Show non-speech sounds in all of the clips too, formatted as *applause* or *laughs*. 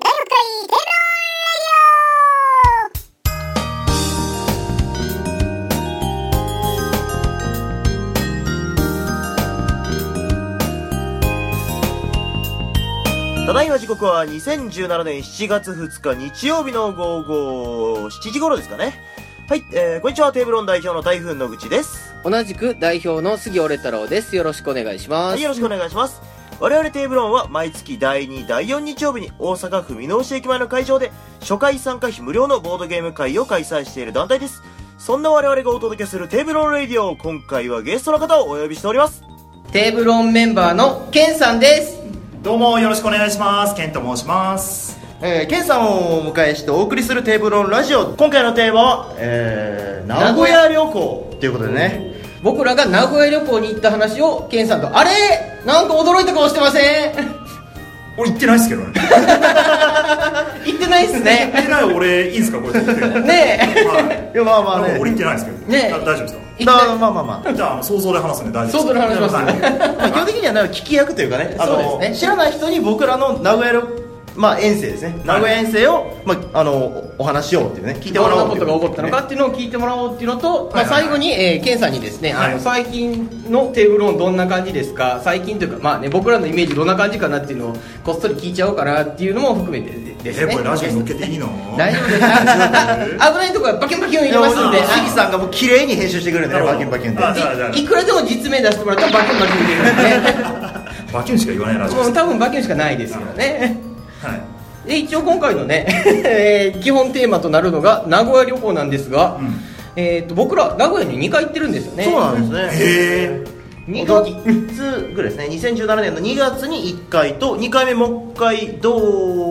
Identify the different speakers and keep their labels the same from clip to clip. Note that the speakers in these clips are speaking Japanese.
Speaker 1: イ天
Speaker 2: ただいま時刻は2017年7月2日日曜日の午後7時頃ですかね。はい、えー、こんにちは、テーブロン代表の台風野口です。
Speaker 3: 同じく代表の杉折太郎です。よろしくお願いしま
Speaker 2: は
Speaker 3: す。
Speaker 2: い、よろしくお願いします。我々テーブロンは毎月第2、第4日曜日に大阪府箕面市駅前の会場で初回参加費無料のボードゲーム会を開催している団体です。そんな我々がお届けするテーブロンレディオ、今回はゲストの方をお呼びしております。
Speaker 3: テーブロンメンバーのケンさんです。
Speaker 4: どうもよろしくお願いします。ケンと申します。
Speaker 5: えー、ケンさんをお迎えしてお送りするテーブルオンラジオ今回のテーマは、えー、名古屋旅行ということでね
Speaker 3: 僕らが名古屋旅行に行った話をケンさんと、あれなんか驚いた顔してま
Speaker 4: *laughs*
Speaker 3: せん
Speaker 4: 俺言ってないですけどね。
Speaker 3: 行ってないっすね
Speaker 4: *laughs* 言っ。てない俺いいんですかこれで言って。はい。
Speaker 3: ね
Speaker 5: いやまあまあね
Speaker 4: 俺言ってないですけど。
Speaker 3: ねえ
Speaker 4: だ大丈夫です
Speaker 3: え。
Speaker 5: まあまあまあまあ
Speaker 4: か。じゃあ想像で話すんで大丈夫です。
Speaker 3: 想像で話します
Speaker 5: まあ基本的にはなんか聞き役というかねあ
Speaker 3: そ
Speaker 5: の
Speaker 3: うですね
Speaker 5: 知らない人に僕らの名古屋旅まあ遠征ですね名古屋遠征を、まあ、あのお話しようっていうね聞いて
Speaker 3: ど
Speaker 5: も
Speaker 3: ん
Speaker 5: ら
Speaker 3: な
Speaker 5: おう
Speaker 3: ことが起こったのかっていうのを聞いてもらおうっていうのと、まあ、
Speaker 4: はいはい
Speaker 3: 最後に、えー、ケンさんにですね、あ
Speaker 4: は
Speaker 3: の
Speaker 4: い
Speaker 3: 最近のテーブルオンどんな感じですか最近というか、まあね、僕らのイメージどんな感じかなっていうのをこっそり聞いちゃおうかなっていうのも含めて
Speaker 4: え
Speaker 3: ですね
Speaker 4: これラジオに乗っけていいの？
Speaker 3: 大丈夫ですか危ないとこはバキュンバキュン
Speaker 5: い
Speaker 3: いき
Speaker 5: やも
Speaker 3: ま
Speaker 5: う
Speaker 3: すんで
Speaker 5: 杉さんがもう綺麗に編集してくれるんだね
Speaker 4: な
Speaker 5: バ
Speaker 4: る
Speaker 5: キ
Speaker 4: ほ
Speaker 5: ュン
Speaker 4: ど
Speaker 5: バキュンで
Speaker 4: あじゃあじゃあ
Speaker 3: いいくらでも実名出してもらったらバキュンバキュンいけるんで
Speaker 4: バキュンしか言わないラジオ
Speaker 3: ねも
Speaker 4: で
Speaker 3: う
Speaker 4: す。
Speaker 3: 多分バキュンしかないですからね
Speaker 4: はい。
Speaker 3: で一応今回のね、 *laughs* えー基本テーマとなるのが名古屋旅行なんですが、
Speaker 4: うん
Speaker 3: えー、と僕ら名古屋に2回行ってるんですよね
Speaker 5: そうなんですね
Speaker 4: へえ。
Speaker 3: 二
Speaker 5: 2
Speaker 3: 回
Speaker 5: 月ぐらいですね2017年の2月に1回と2回目もう1回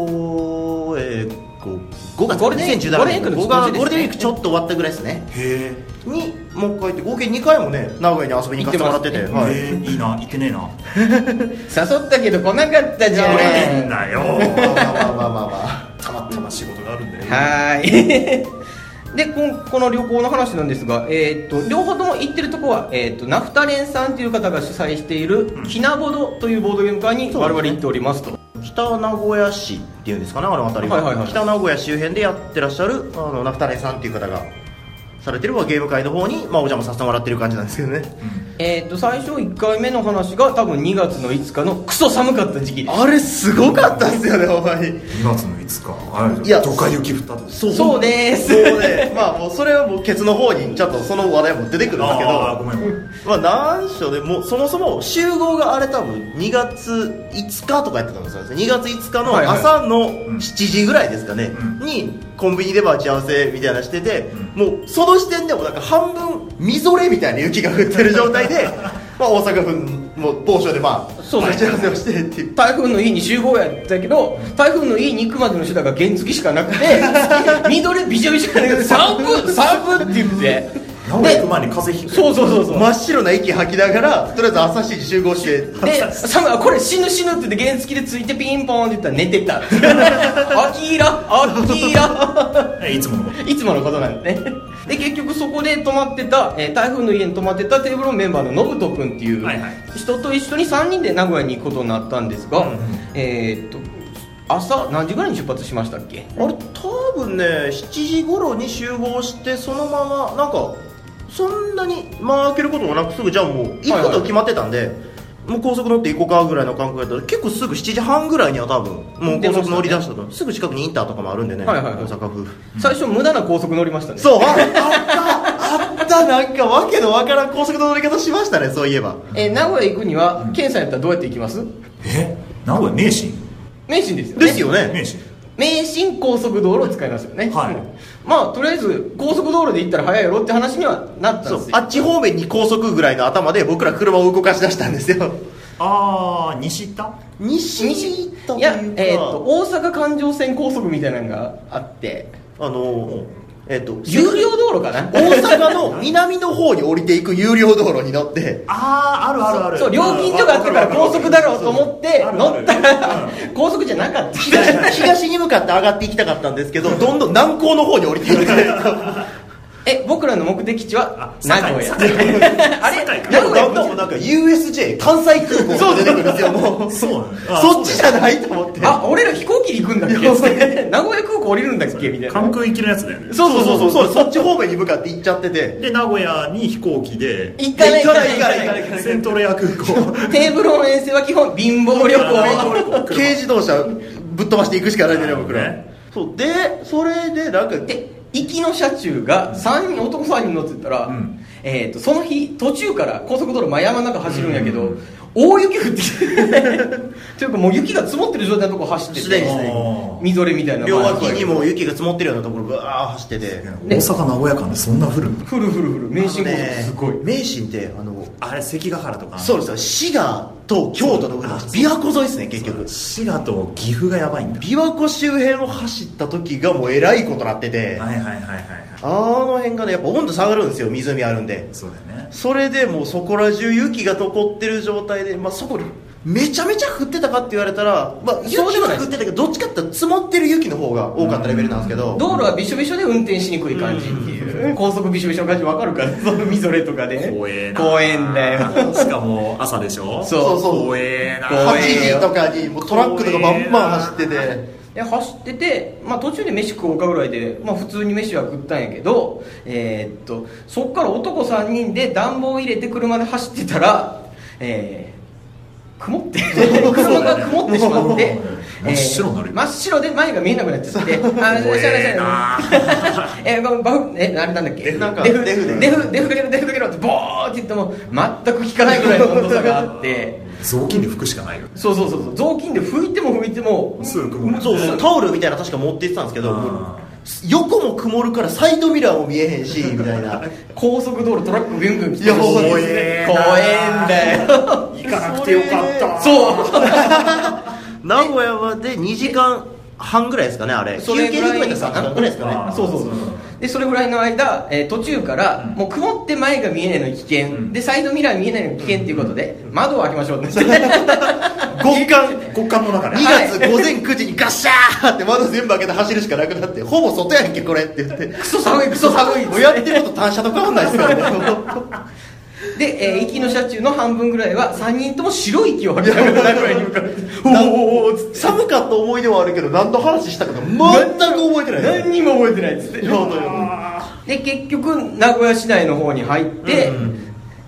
Speaker 5: どうえー5月
Speaker 3: ゴールデンウィーク
Speaker 5: 2017年
Speaker 3: ゴールデンウィークの
Speaker 5: ゴーゴールデンウィ
Speaker 3: 少しですね
Speaker 5: ークちょっと終わったぐらいですね
Speaker 4: へえ。
Speaker 5: にもう1回って合計2回もね名古屋に遊びに行かせてもらってて
Speaker 3: 行って
Speaker 5: はい
Speaker 4: えー、いいな、言ってねえな。
Speaker 3: 誘ったけど来なかったじゃん
Speaker 4: 俺
Speaker 5: いや
Speaker 4: 言ってんだよ。
Speaker 5: まあまあまあまあまあ
Speaker 4: たまたま仕事があるんで。
Speaker 3: はーい *laughs* でこんこの旅行の話なんですが、えー、と両方とも行ってるとこは、えー、とナフタレンさんという方が主催している
Speaker 4: ん
Speaker 3: キナボドというボードゲーム会に
Speaker 5: そうで
Speaker 3: 我
Speaker 5: すね
Speaker 3: 々行っておりますと
Speaker 5: 北名古屋市っていうんですかねあの辺りは,、
Speaker 3: はいはいはい
Speaker 5: 北名古屋周辺でやってらっしゃるあのナフタレンさんっていう方がされてるまあゲーム会の方に、まあ、お邪魔させてもらってる感じなんですけどね
Speaker 3: えー、と最初1回目の話が多分2月の5日のクソ寒かった時期です
Speaker 5: あれすごかったっすよねお前
Speaker 4: 2月の5日。
Speaker 5: いや
Speaker 4: どか雪降ったと。
Speaker 5: そう
Speaker 3: そうです
Speaker 5: そうねまあもうそれはもうケツの方にちょっとその話題も出てくるんですけ
Speaker 4: ああご
Speaker 5: ど
Speaker 4: めんごめん。
Speaker 5: まあなんしょうねもうそもそも集合があれ多分2月5日とかやってたんですよ2月5日の
Speaker 3: はいはい
Speaker 5: 朝の
Speaker 4: ん
Speaker 5: 7時ぐらいですかね、
Speaker 4: うん
Speaker 5: にコンビニで待ち合わせみたいなしてて、
Speaker 4: う
Speaker 5: もうその時点でもなんか半分みぞれみたいな雪が降ってる状態
Speaker 4: *laughs*
Speaker 5: でまあ大阪府も某所でまあ
Speaker 3: そうね
Speaker 5: 待ち合わせをしてっていう
Speaker 3: 台風の家に集合やったけど台風の家に行くまでの手段が原付しかなく *laughs* て緑びしょびしょだけど寒分寒分って言って
Speaker 4: 名古屋行く前に風邪ひく。
Speaker 3: そうそうそうそう
Speaker 5: 真っ白な息吐きながらとりあえず朝7時集合して
Speaker 3: で、サムがこれ死ぬ死ぬって言って原付でついてピンポンって言ったら寝て *laughs* た。アキーラ、アキーラ。
Speaker 4: えいつもの。
Speaker 3: *laughs* いつものことなんだね。で、結局そこで泊まってた、えー台風の家に泊まってたテーブルのメンバーのノブト君っていう
Speaker 4: はいはい
Speaker 3: 人と一緒に3人で名古屋に行くことになったんですが、えーっと、朝何時ぐらいに出発しましたっけ
Speaker 5: あれ多分ね7時頃に集合してそのままなんかそんなに間開けることもなくすぐじゃあもう行くことが決まってたんで、もう高速乗って行こうかぐらいの感覚だったら結構すぐ7時半ぐらいには多分もう高速乗り出したとすぐ近くにインターとかもあるんでね、
Speaker 3: はいはいはい
Speaker 5: 大阪府
Speaker 3: 最初無駄な高速乗りましたね。
Speaker 5: そうああったあったなんかわけのわからん高速の乗り方しましたねそういえば
Speaker 3: えー名古屋行くには、ケンさんやったらどうやって行きます
Speaker 4: え名古屋名神
Speaker 3: 名神ですよね。
Speaker 5: ですよね
Speaker 4: 名神
Speaker 3: 名神高速道路を使いますよね、
Speaker 4: はい
Speaker 3: まあとりあえず高速道路で行ったら早いやろって話にはなったんです
Speaker 5: そ
Speaker 3: よ
Speaker 5: うあっち方面に高速ぐらいの頭で僕ら車を動かし出したんですよ
Speaker 4: ああ西田
Speaker 5: 西
Speaker 3: 西
Speaker 5: というか
Speaker 3: いや、えー、と大阪環状線高速みたいなのがあって
Speaker 5: あのえっ、と
Speaker 3: 有料道路かな
Speaker 5: 大阪の南の方に降りていく有料道路に乗って
Speaker 4: あああるあるある
Speaker 3: そう料金所があったから高速だろうと思って
Speaker 4: あるあ
Speaker 3: 乗
Speaker 4: る
Speaker 3: ったら
Speaker 4: うん
Speaker 3: 高速じゃなかった
Speaker 5: 東東に向かって上がっていきたかったんですけどどんどん南港の方に降りていく
Speaker 3: え僕らの目的地は名古屋あれ
Speaker 4: 堺か
Speaker 3: 名
Speaker 5: なん
Speaker 3: 古
Speaker 5: かだ
Speaker 3: 屋
Speaker 5: んだんもうなんか USJ 関西空港が出てくるんですよもう
Speaker 4: そうなのあ
Speaker 5: そっちじゃないと思って
Speaker 3: あ俺ら飛行機で行くんだっけ名古屋空港降りるんだっけみたいな
Speaker 4: 関空行きのやつだよね
Speaker 5: そうそうそうそうそっち方面に向かって行っちゃってて
Speaker 4: で名古屋に飛行機で
Speaker 3: 行かない行かない行かない行か
Speaker 4: セントレア空港
Speaker 3: ないテーブルの遠征は基本貧乏旅行
Speaker 5: 軽自動車ぶっ飛ばしていくしかないんだよね僕
Speaker 4: な
Speaker 5: ら
Speaker 4: るほ
Speaker 5: そうでそれでなんか
Speaker 3: で行きの車中が3人男3人乗ってたら、
Speaker 4: ん
Speaker 3: えー、とその日途中から高速道路真山の中走るんやけど、大雪降ってきて *laughs* というかもう雪が積もってる状態のとこ走ってて
Speaker 5: すでにすでに
Speaker 4: あ
Speaker 3: みぞれみたいな
Speaker 5: 両脇にもう雪が積もってるようなところが走ってて
Speaker 4: ー大阪名古屋間でそんな降るの
Speaker 3: ふるふるふる名神高速すごい、
Speaker 5: あのね名神ってあの
Speaker 4: あれ関ヶ原とか
Speaker 5: そうですよ滋賀と京都の
Speaker 4: そうあそう
Speaker 5: 琵琶湖沿いですね結局
Speaker 4: 滋賀と岐阜がやばいんだ
Speaker 5: 琵琶湖周辺を走った時がもうえらいことなってて
Speaker 4: はいはいはいはいはい
Speaker 5: あの辺がねやっぱ温度下がるんですよ湖あるんで
Speaker 4: そうだよね
Speaker 5: それでもうそこら中雪が残ってる状態で、まあ、そこめちゃめちゃ降ってたかって言われたら、まあ、雪
Speaker 3: そうでも
Speaker 5: は
Speaker 3: ない
Speaker 5: 降ってたけどどっちかっていうと積もってる雪の方が多かったレベルなんですけど
Speaker 3: 道路はびしょびしょで運転しにくい感じっていう、高速びしょびしょの感じ分かるからそのみぞれとかでね
Speaker 4: 怖えな
Speaker 3: 怖えんだよ
Speaker 4: しかも朝でしょ
Speaker 3: そう
Speaker 5: そうそう
Speaker 4: 怖えな
Speaker 3: 怖
Speaker 5: 8
Speaker 3: えよ
Speaker 5: 時とかにもうトラックとかバンバン走ってて
Speaker 3: で走ってて、まあ、途中で飯食おうかぐらいで、まあ、普通に飯は食ったんやけど、えーっとそっから男3人で暖房入れて車で走ってたら、えー曇って車が曇ってしまって、
Speaker 4: 真っ白になるよ
Speaker 3: えー真っ白で前が見えなくなっちゃってあー
Speaker 4: 怖えな
Speaker 3: えー、バフバフえあれなんだっけ
Speaker 5: デフなんか
Speaker 3: デフ
Speaker 5: デフで
Speaker 3: デフデフかけろデフかけろってボーって言っても全く効かないぐらいの温度差があって
Speaker 4: 雑巾で拭くしかないよね
Speaker 3: そうそうそうそう雑巾で拭いても拭いても
Speaker 4: すぐ雲
Speaker 5: そうそうタオルみたいなの確か持って行ってたんですけど
Speaker 4: あー
Speaker 5: もう横も曇るからサイドミラーも見えへんしみたいな
Speaker 3: 高速道路トラックビュンビュン来てるし
Speaker 5: いや
Speaker 3: 怖
Speaker 5: 怖
Speaker 3: え
Speaker 4: え
Speaker 3: んだよ
Speaker 4: 行かなくてよかった
Speaker 3: そう
Speaker 5: 名古屋まで2時間半ぐらいですかねあれ休
Speaker 3: それ
Speaker 5: 憩
Speaker 3: ぐ
Speaker 5: で
Speaker 3: らい
Speaker 5: 加えたら3時間ぐらいですか
Speaker 4: あ
Speaker 5: ね
Speaker 4: ー
Speaker 3: そうそうそうでそれぐらいの間、えー途中から、もう曇って前が見えないの危険、
Speaker 4: ん
Speaker 3: でサイドミラー見えないの危険っていうことで、窓を開けましょう *laughs* ってなって
Speaker 5: 極寒
Speaker 4: 極寒の中で
Speaker 5: 2月午前9時にガッシャーって窓全部開けて走るしかなくなってほぼ外やんけこれって言って
Speaker 3: クソ寒いクソ寒い
Speaker 5: もうやってること単車と変わんないですからね
Speaker 3: で、えー、行きの車中の半分ぐらいは3人とも白い息を吐きながら名古屋に向かって
Speaker 5: おお寒かった思い出はあるけど何の話したかが全く覚えてない
Speaker 3: 何にも覚えてないっつって
Speaker 5: 本当に
Speaker 3: で結局名古屋市内の方に入って、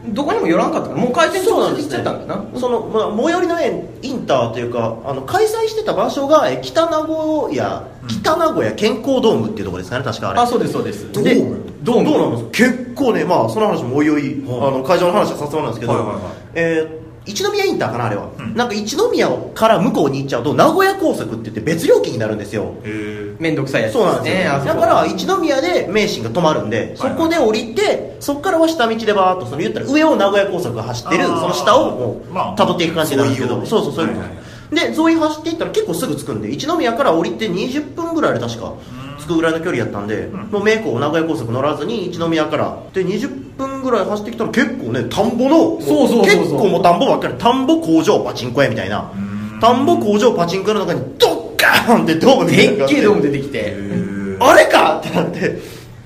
Speaker 3: どこにも寄らんかったからもう開店
Speaker 5: そうな
Speaker 3: 直
Speaker 5: ん
Speaker 3: 前
Speaker 5: で
Speaker 3: に行
Speaker 5: す
Speaker 3: っちゃ
Speaker 5: ね
Speaker 3: ったんだな
Speaker 5: その、まあ、最寄りの園インターというかあの開催してた場所がえ北名古屋北名古屋健康ドームっていうところですかね確かあれ
Speaker 3: あそうですそうです
Speaker 5: で
Speaker 4: ドーム
Speaker 3: ドーム
Speaker 5: ドなんです結構ねまあその話もおいおい、
Speaker 4: はい
Speaker 5: あの会場の話はさせてもらうんですけど、
Speaker 4: はいはいはい
Speaker 5: えー一宮インターかなあれは、
Speaker 4: うん
Speaker 5: なんか一宮から向こうに行っちゃうと名古屋高速って言って別料金になるんですよ
Speaker 4: へえ
Speaker 3: 面倒くさいやつ
Speaker 5: そうなんですよ、
Speaker 3: ねあそ
Speaker 5: だ
Speaker 3: こ
Speaker 5: から一宮で名神が止まるんでそこで降りて、そこからは下道でバーっとその言ったら上を名古屋高速が走ってる
Speaker 4: あ
Speaker 5: そ
Speaker 4: ー
Speaker 5: の下をもう
Speaker 4: まあ
Speaker 5: 辿っていく感じなんですけど、
Speaker 4: 沿いを
Speaker 5: そうそうそういうこと、
Speaker 4: はいはい
Speaker 5: で沿い走っていったら結構すぐ着くんで一宮から降りて20分ぐらいで確か着くぐらいの距離やったんで、
Speaker 4: ん
Speaker 5: もう名古名古屋高速乗らずに一宮からで20分ぐらい走ってきたら結構ね田んぼのも
Speaker 3: そうそうそうそう
Speaker 5: 結構もう田んぼばっかり田んぼ工場パチンコ屋みたいな田んぼ工場パチンコ屋の中にドッカーンってドームみたい
Speaker 3: で
Speaker 5: なのがあっ
Speaker 3: っけ
Speaker 5: て
Speaker 3: えドーム出てきて
Speaker 5: あれかってなってで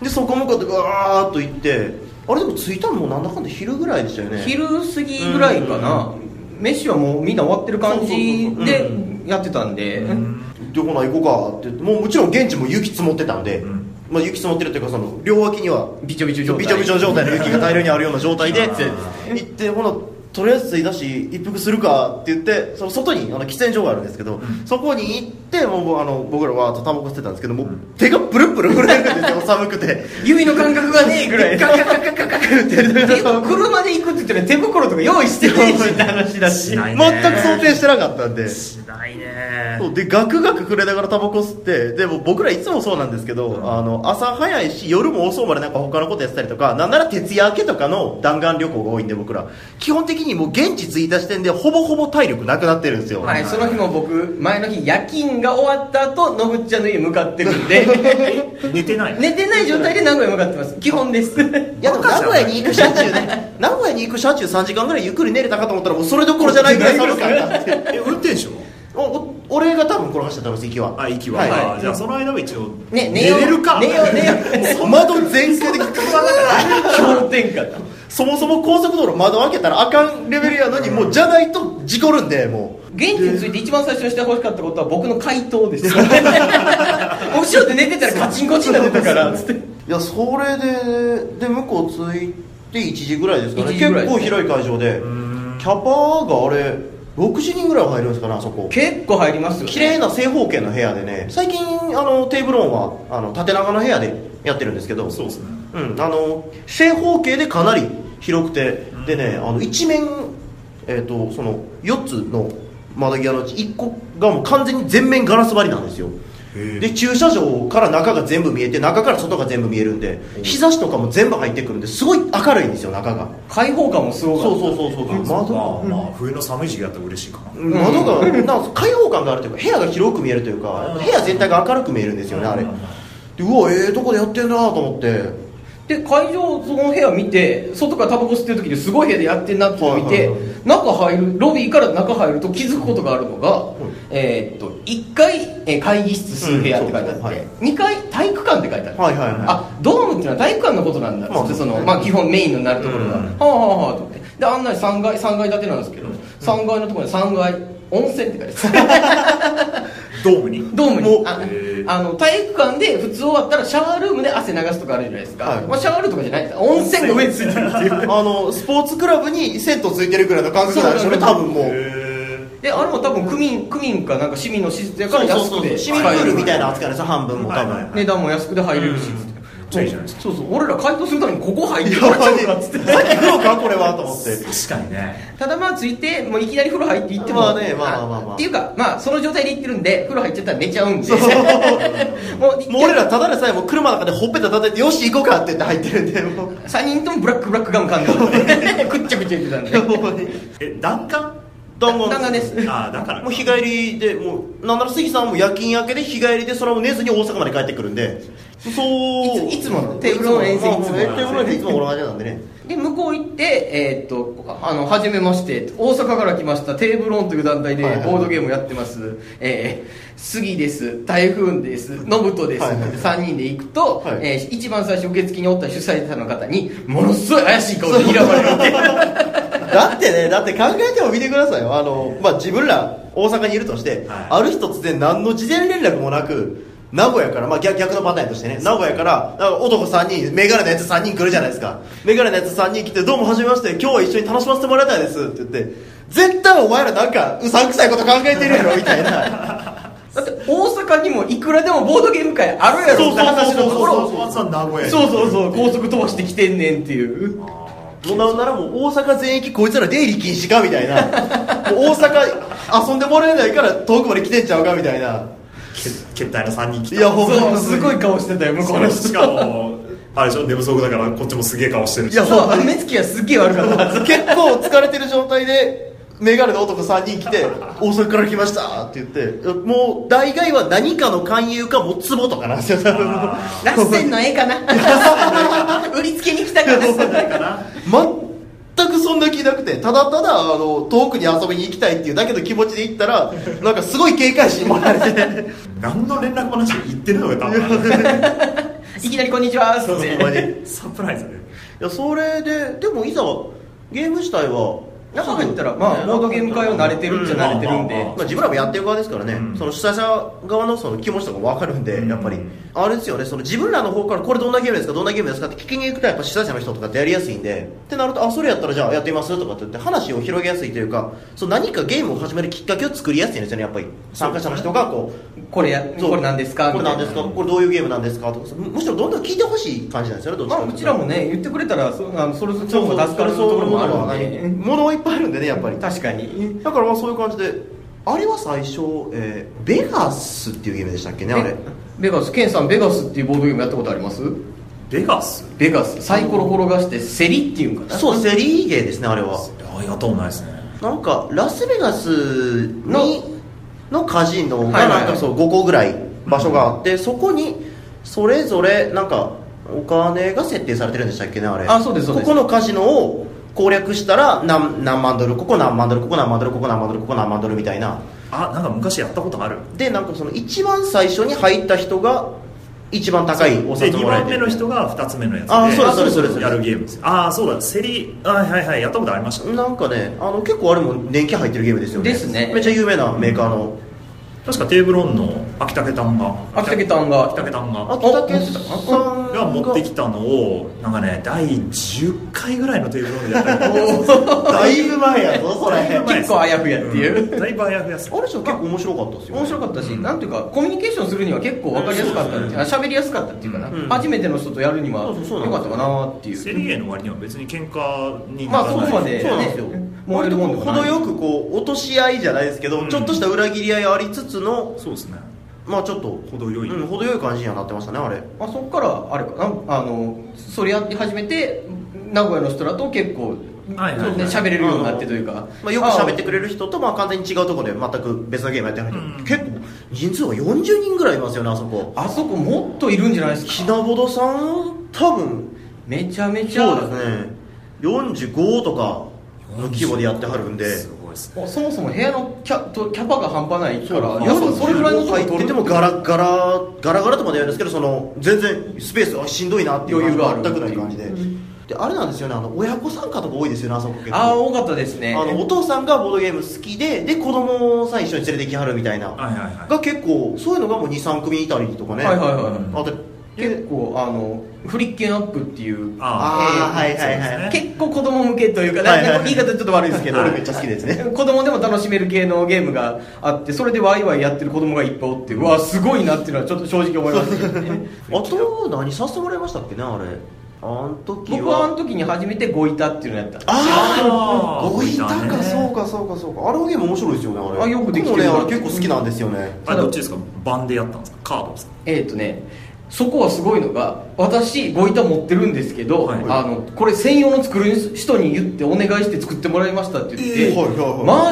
Speaker 5: そこ向かってガーッと行ってあれでも着いたのもうなんだかんだ昼ぐらいでしたよね
Speaker 3: 昼過ぎぐらいかな飯はもうみんな終わってる感じ
Speaker 5: そうそうそう
Speaker 3: で
Speaker 5: う
Speaker 3: やってたんで
Speaker 5: でほな行こうかって言ってもうもちろん現地も雪積もってたんで、
Speaker 4: ん
Speaker 5: まあ、雪積もってるっていうかその両脇には
Speaker 3: びちょびちょ
Speaker 5: びちょ
Speaker 3: 状態
Speaker 5: びちょ状態の雪が大量にあるような状態
Speaker 3: *laughs*
Speaker 5: で
Speaker 4: あ
Speaker 5: って行ってほなとりあえず着いたし一服するかって言ってその外にあの喫煙所があるんですけど、そこに行ってもうもうあの僕らわーっとタバコ吸ってたんですけどもう手がプルプル震えるんですよ *laughs* 寒く
Speaker 3: *laughs*
Speaker 5: て。
Speaker 3: 指の感覚がねえ
Speaker 5: *laughs*
Speaker 3: ぐらい
Speaker 5: カカカカカカってやりながら
Speaker 3: でも車で行くって言ったら手袋とか用意してねえしって話だし
Speaker 4: しないね
Speaker 5: 全く想定してなかったんで
Speaker 4: しないね
Speaker 5: そうでガクガク触れながらタバコ吸ってでも僕らいつもそうなんですけど、あの朝早いし夜も遅うまでなんか他のことやってたりとかなんなら徹夜明けとかの弾丸旅行が多いんで僕ら基本的にもう現地着いた時点でほぼほぼ体力なくなってるんですよ、
Speaker 3: はい、その日も僕前の日夜勤が終わった後野口ちゃんの家に向かってる
Speaker 5: *laughs*
Speaker 3: んで
Speaker 4: 寝てない
Speaker 3: 寝てない状態で名古屋向かってます基本です
Speaker 5: いやでも名古屋に行く車中ね名古屋に行く車中3時間ぐらいゆっくり寝れたかと思ったらもうそれどころじゃないぐらい寒かったって
Speaker 4: え運転手は
Speaker 5: おお俺が多分転がしてたんです息は
Speaker 4: あ息は、
Speaker 5: はい
Speaker 4: あじゃあその間は一応
Speaker 5: *laughs*
Speaker 3: ね
Speaker 5: 寝れるか
Speaker 3: 寝よう寝よう寝よう
Speaker 5: 窓全開で *laughs*
Speaker 3: 氷点下だ
Speaker 5: そもそも高速道路窓開けたらあかんレベルやのにもうじゃないと事故るんでもう
Speaker 3: 現地について一番最初にしてほしかったことは僕の回答 *laughs* です後ろで寝てたらカチンコチンなってたからつって
Speaker 5: いやそれでで向こう着いて1時ぐらいですかね
Speaker 3: 1時ぐらい
Speaker 5: 結構広い会場でキャパがあれ60人ぐらいは入るんですかねあそこ
Speaker 3: 結構入りますよね
Speaker 5: 綺麗な正方形の部屋でね最近あのテーブルオンはあの縦長の部屋でやってるんですけど
Speaker 4: そうですね
Speaker 5: うん、あの正方形でかなり広くて、
Speaker 4: うん
Speaker 5: でねあの一面、えー、とその4つの窓際のうち1個がもう完全に全面ガラス張りなんですよ
Speaker 4: へえ
Speaker 5: で駐車場から中が全部見えて中から外が全部見えるんで日差しとかも全部入ってくるんですごい明るいんですよ中が
Speaker 3: 開放感もすごかった
Speaker 5: そうそうそうそう
Speaker 4: まあ
Speaker 5: 窓
Speaker 4: まあ、まあ、冬の寒い時期だったら嬉しいかな、
Speaker 5: うん窓がなんか開放感があるというか部屋が広く見えるというか部屋全体が明るく見えるんですよねあれ
Speaker 4: うん
Speaker 5: でうわええとこでやってんなと思って
Speaker 3: で会場その部屋見て外からタバコ吸ってる時にすごい部屋でやってんなって見て、
Speaker 5: はいはいは
Speaker 3: 中入るロビーから中入ると気づくことがあるのが、えーっと1階、えー会議室数部屋って書いてあって、
Speaker 5: うんそうですね
Speaker 3: 2階体育館って書いてある、
Speaker 5: はいはいはい
Speaker 3: あドームっていうのは体育館のことなんだっつって、
Speaker 5: まあ
Speaker 3: その
Speaker 5: そうですね
Speaker 3: まあ、基本メインになるところが、
Speaker 4: うん
Speaker 3: はあはあはあと思ってで案内3階三階建てなんですけど、三3階のところに3階温泉って書いてある
Speaker 4: ドーム *laughs* に
Speaker 3: ドー
Speaker 5: も
Speaker 3: ムに
Speaker 5: う
Speaker 3: あ
Speaker 4: へー
Speaker 3: あの体育館で普通終わったらシャワールームで汗流すとかあるじゃないですか、
Speaker 5: はい
Speaker 3: まあ、シャワールームとかじゃないです温泉の上についてるってい
Speaker 5: *laughs*
Speaker 3: う
Speaker 5: あのスポーツクラブに銭湯ついてるぐらいの感覚なんでしょうね
Speaker 3: そうそう
Speaker 5: 多分もう
Speaker 4: へ
Speaker 3: であれも多分区民区民かなんか市民の施設やから安くで
Speaker 5: 市民プールみたいな
Speaker 3: 使
Speaker 5: 扱いです半分も多分、
Speaker 4: はいいはい
Speaker 3: える値段も安くで入れるし
Speaker 4: うん
Speaker 3: つって
Speaker 4: ちゃいいじゃないです
Speaker 3: そうそう俺ら回答するためにここ入って
Speaker 5: や
Speaker 3: もらっちゃ
Speaker 5: マ
Speaker 3: う
Speaker 5: ジ
Speaker 3: からっつって
Speaker 5: *laughs* さっき風呂かこれはと思って
Speaker 4: ー確かにね
Speaker 3: ただまあついてもういきなり風呂入って行っても
Speaker 5: まあねまあまあまあまあ
Speaker 3: っていうかまあその状態で行ってるんで風呂入っちゃったら寝ちゃうんで
Speaker 5: そう
Speaker 3: もう
Speaker 5: もう俺らただでさえもう車の中でほっぺた立ててよし行こうかって言って入ってるんでもう
Speaker 3: 3人ともブラックブラックガム噛んでるくっちゃくちゃ言ってたんで
Speaker 5: *laughs* ほんまに
Speaker 4: え弾丸
Speaker 5: 弾丸
Speaker 3: 弾丸です
Speaker 4: ああだから
Speaker 5: もう日帰りでもうなんなら杉さんも夜勤明けで日帰りでそれも寝ずに大阪まで帰ってくるんでそう
Speaker 3: いついつものテーブルの遠征
Speaker 5: いつもの
Speaker 3: いつもの
Speaker 5: まあ
Speaker 3: 遠征
Speaker 5: テーブルの遠征いつも同じなんでね
Speaker 3: で向こう行って、えーっとあの初めまして大阪から来ましたテーブルオンという団体で
Speaker 5: はいはい
Speaker 3: ボードゲームをやってます、えー杉です台風です信人です、
Speaker 5: はいはい
Speaker 3: 3人で行くと、
Speaker 5: はい
Speaker 3: えー一番最初受付におった主催者の方にものすごい怪しい顔で睨まれるっていう
Speaker 5: だってねだって考えても見てくださいよあの、まあ、自分ら大阪にいるとして、
Speaker 4: は
Speaker 5: ある日突然何の事前連絡もなく名古屋から、まあ、逆逆のパターンとしてね名古屋からなんか男3人メガネのやつ3人来るじゃないですかメガネのやつ3人来て「どうもはじめまして今日は一緒に楽しませてもらいたいです」って言って絶対お前らなんかうさんくさいこと考えてるやろみたいな
Speaker 3: だって大阪にもいくらでもボードゲーム会あるやろって話のところ
Speaker 4: まずは名古屋に
Speaker 3: そうそうそう高速飛ばしてきてんねんっていう
Speaker 5: もうなんならもう大阪全域こいつら出入り禁止かみたいなもう大阪遊んでもらえないから遠くまで来てんちゃうかみたいな
Speaker 4: け決体の3人来た
Speaker 5: いやほんま
Speaker 3: そう
Speaker 5: に
Speaker 3: すごい顔してたよ向こ
Speaker 4: こ
Speaker 3: うの
Speaker 4: れ
Speaker 3: 人
Speaker 4: しかもあれでしょ寝不足だからこっちもすげえ顔してるし
Speaker 5: いや
Speaker 3: そう目つきがすっげえ悪かった
Speaker 5: 結構疲れてる状態でメガネの男3人来て「大阪から来ました」って言ってもう大概は何かの勧誘かもツボとかなんですよ多分
Speaker 4: あ
Speaker 3: ラッセンの絵かな *laughs* 売りつけに来たか
Speaker 4: だ
Speaker 3: な
Speaker 4: から
Speaker 5: 全くそんな気なくてただただあの遠くに遊びに行きたいっていうだけの気持ちで行ったらなんかすごい警戒心もられて
Speaker 4: *laughs* 何の連絡もなしに言ってるのが多
Speaker 5: *laughs*
Speaker 4: 分
Speaker 3: いきなりこんにちはっつ
Speaker 4: そ
Speaker 3: っ
Speaker 4: う
Speaker 3: て
Speaker 4: ほんまに *laughs* サプライズで
Speaker 5: いやそれででもいざゲーム自体は
Speaker 3: 中入ったらまあボードゲーム会は慣れてるっちゃ慣れてるん
Speaker 4: うんまあまあま
Speaker 3: で
Speaker 5: まあ、自分らもやってる側ですからね、
Speaker 4: うん
Speaker 5: その主催者側のその気持ちとか分かるんで、
Speaker 4: うん
Speaker 5: やっぱり、あれですよね、その自分らの方からこれどんなゲームですか、どんなゲームですかって聞きに行くと、やっぱ主催者の人とかってやりやすいんで、ってなると、あ、それやったらじゃあやってみますとかって言って、話を広げやすいというか、その何かゲームを始めるきっかけを作りやすいんですよね、やっぱり、参加者の人がこう、
Speaker 3: これや
Speaker 5: そう
Speaker 3: これ何ですか
Speaker 5: こ
Speaker 3: み
Speaker 5: れ何
Speaker 3: たいな
Speaker 5: ですか、これどういうゲームなんですかとか、むむしろどんどん聞いてほしい感じなんですよね、どっち
Speaker 3: ま
Speaker 5: か
Speaker 3: あ
Speaker 5: という
Speaker 3: う
Speaker 5: と
Speaker 3: ちらもね言ってくれたらそあのそれぞれ情報助かるところもあるんで
Speaker 5: ものはいっぱいあるんでね、やっぱり。
Speaker 3: 確かに
Speaker 5: だからまあそういう感じであれは最初、えーベガスっていうゲームでしたっけねあれ
Speaker 3: えベガスケンさんベガスっていうボードゲームやったことあります
Speaker 4: ベガス
Speaker 3: ベガスサイコロ転がして競りっていうんかな
Speaker 5: そうセリーゲーですねあれは
Speaker 4: あやったことないですね
Speaker 5: なんかラスベガスにのカジノ
Speaker 3: はい
Speaker 5: が
Speaker 3: はいはい
Speaker 5: なんかそう5個ぐらい場所があってそこにそれぞれなんかお金が設定されてるんでしたっけねあれ
Speaker 3: あそうですそうです
Speaker 5: ここのカジノを攻略したら何何万ドルここ何万ドルここ何万ドルここ何万ドルここ何万ドルみたいな
Speaker 4: あなんか昔やったことある
Speaker 5: でなんかその一番最初に入った人が一番高いお
Speaker 4: で
Speaker 5: 札
Speaker 4: 2
Speaker 5: もらえ
Speaker 4: 番
Speaker 5: て
Speaker 4: 目
Speaker 5: る
Speaker 4: の人が2つ目のやつで
Speaker 5: あそうですそうですそうです
Speaker 4: やるゲームですああそうだセリあはいはいはいやったことありました
Speaker 5: なんかねあの結構あれも年季入ってるゲームですよね
Speaker 3: ですね
Speaker 5: めっちゃ有名なメーカーの
Speaker 4: 確かテーブルオンの秋竹丹が
Speaker 3: 秋竹丹が
Speaker 4: 秋竹丹が
Speaker 5: 秋竹さん
Speaker 4: が持ってきたのをなんかね第10回ぐらいのテーブルオンでやったりとか
Speaker 5: だいぶ前やぞそれあ
Speaker 4: だいぶ前です
Speaker 3: 結構あやふやっていう
Speaker 4: うんだいぶあやふやっす
Speaker 5: れじゃ結構面白かったですよ
Speaker 3: 面白かったし、なんていうかコミュニケーションするには結構分かりやすかったっていうあ喋りやすかったっていうかな、
Speaker 5: うん
Speaker 3: 初めての人とやるには
Speaker 5: そうそうそうなん
Speaker 3: よ
Speaker 5: で
Speaker 3: か
Speaker 5: す
Speaker 3: った
Speaker 5: よ
Speaker 3: かなっていう
Speaker 4: セリゲーの割には別に喧嘩にな
Speaker 3: まあ
Speaker 4: ら
Speaker 3: そこ
Speaker 4: ない
Speaker 3: まで
Speaker 5: そうなんです
Speaker 3: ね
Speaker 5: よ
Speaker 3: 燃え
Speaker 5: 割
Speaker 3: る
Speaker 5: と
Speaker 3: もん
Speaker 5: こ
Speaker 3: で
Speaker 5: う
Speaker 3: もない
Speaker 5: 程よくこう落とし合いじゃないですけど、
Speaker 4: うん
Speaker 5: ちょっとした裏切り合いありつつの
Speaker 4: そうですね
Speaker 5: まあちょっと
Speaker 4: 程よい
Speaker 5: うん、程よい感じにはなってましたねあれ
Speaker 3: まあ、そこからあれかなあのそれやって始めて名古屋の人らと結構
Speaker 4: はいはいはい
Speaker 3: そうね喋れるようになってというか、
Speaker 5: まあ、よく喋ってくれる人とまあ完全に違うところで全く別のゲームやってる人、
Speaker 4: うん
Speaker 5: 結構人数が40人ぐらいいますよねあそこ
Speaker 3: ああそこもっといるんじゃないです
Speaker 5: ひ
Speaker 3: か
Speaker 5: なぼどさん多分
Speaker 3: めちゃめちゃ
Speaker 5: そうですね45とかの規模でやってはるんです
Speaker 4: ごいっす
Speaker 3: おそもそも部屋のキャとキャパが半端ないか
Speaker 5: そう
Speaker 3: ら
Speaker 5: だ
Speaker 3: いやそそれぐらいのとこ
Speaker 5: 入
Speaker 3: 取
Speaker 5: っ
Speaker 3: る
Speaker 5: ててもガラガラガラガラとまでやるんですけどその全然スペースあしんどいなっていう
Speaker 3: 余裕がある
Speaker 5: 全くない感じでであれなんですよねあの親子参加とか多いですよねあそこ結構
Speaker 3: ああ多かったですね
Speaker 5: あのお父さんがボードゲーム好きでで子供を最初に連れてきはるみたいな
Speaker 4: はいはいはい
Speaker 5: が結構そういうのがもう23組いたりとかね
Speaker 3: はいはいはい
Speaker 5: あと
Speaker 3: 結構あのフリッケンアップっていう
Speaker 5: ああは
Speaker 3: え
Speaker 5: い
Speaker 3: ー
Speaker 5: はい
Speaker 4: そ
Speaker 5: は
Speaker 4: うで
Speaker 5: い
Speaker 4: すね
Speaker 3: 結構子供向けというか、
Speaker 5: はいはい
Speaker 3: なんか言い方ちょっと悪いですけど、
Speaker 5: 俺めっちゃ好きですね
Speaker 3: 子供でも楽しめる系のゲームがあってそれでワイワイやってる子供がいっぱいおってうわすごいなっていうのはちょっと正直思いましたけどね
Speaker 5: あと何させてもらいましたっけねあれあの時は
Speaker 3: 僕はあの時に初めてゴイタっていうのやった
Speaker 5: あ
Speaker 4: あ
Speaker 5: あ
Speaker 4: ー
Speaker 5: ごいた
Speaker 4: ごいた
Speaker 5: か
Speaker 4: ね
Speaker 5: そうかそうかそうかあのゲーム面白いですよねあれ
Speaker 3: あよくできてる
Speaker 5: 僕もねあれ結構好きなんですよね
Speaker 4: あれどっちですか盤でやったんですかカードですか
Speaker 3: えっ、とねそこはすごいのが私ご板持ってるんですけど、
Speaker 4: はい
Speaker 3: あのこれ専用の作る人に言ってお願いして作ってもらいましたって言って、
Speaker 5: えーはいはい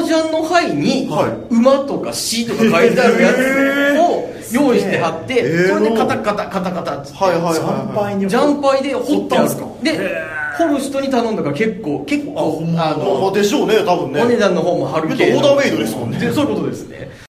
Speaker 5: はい
Speaker 3: 麻雀の牌に
Speaker 5: は
Speaker 3: 馬とか死とか書いてあるやつを用意して貼って、
Speaker 5: えー
Speaker 3: それでカタカタカタカタっつって、
Speaker 5: はいはいはい
Speaker 4: 乾杯
Speaker 5: はい
Speaker 4: に
Speaker 3: ジャンパイで掘ってある
Speaker 4: 掘ったんですか
Speaker 3: で
Speaker 4: へー
Speaker 3: 掘る人に頼んだから結構結構あ
Speaker 5: まあ
Speaker 3: の
Speaker 5: でしょうね多分ね
Speaker 3: お値段の方も張るけど
Speaker 5: だってオーダーメイドですもんね
Speaker 3: でそういうことですね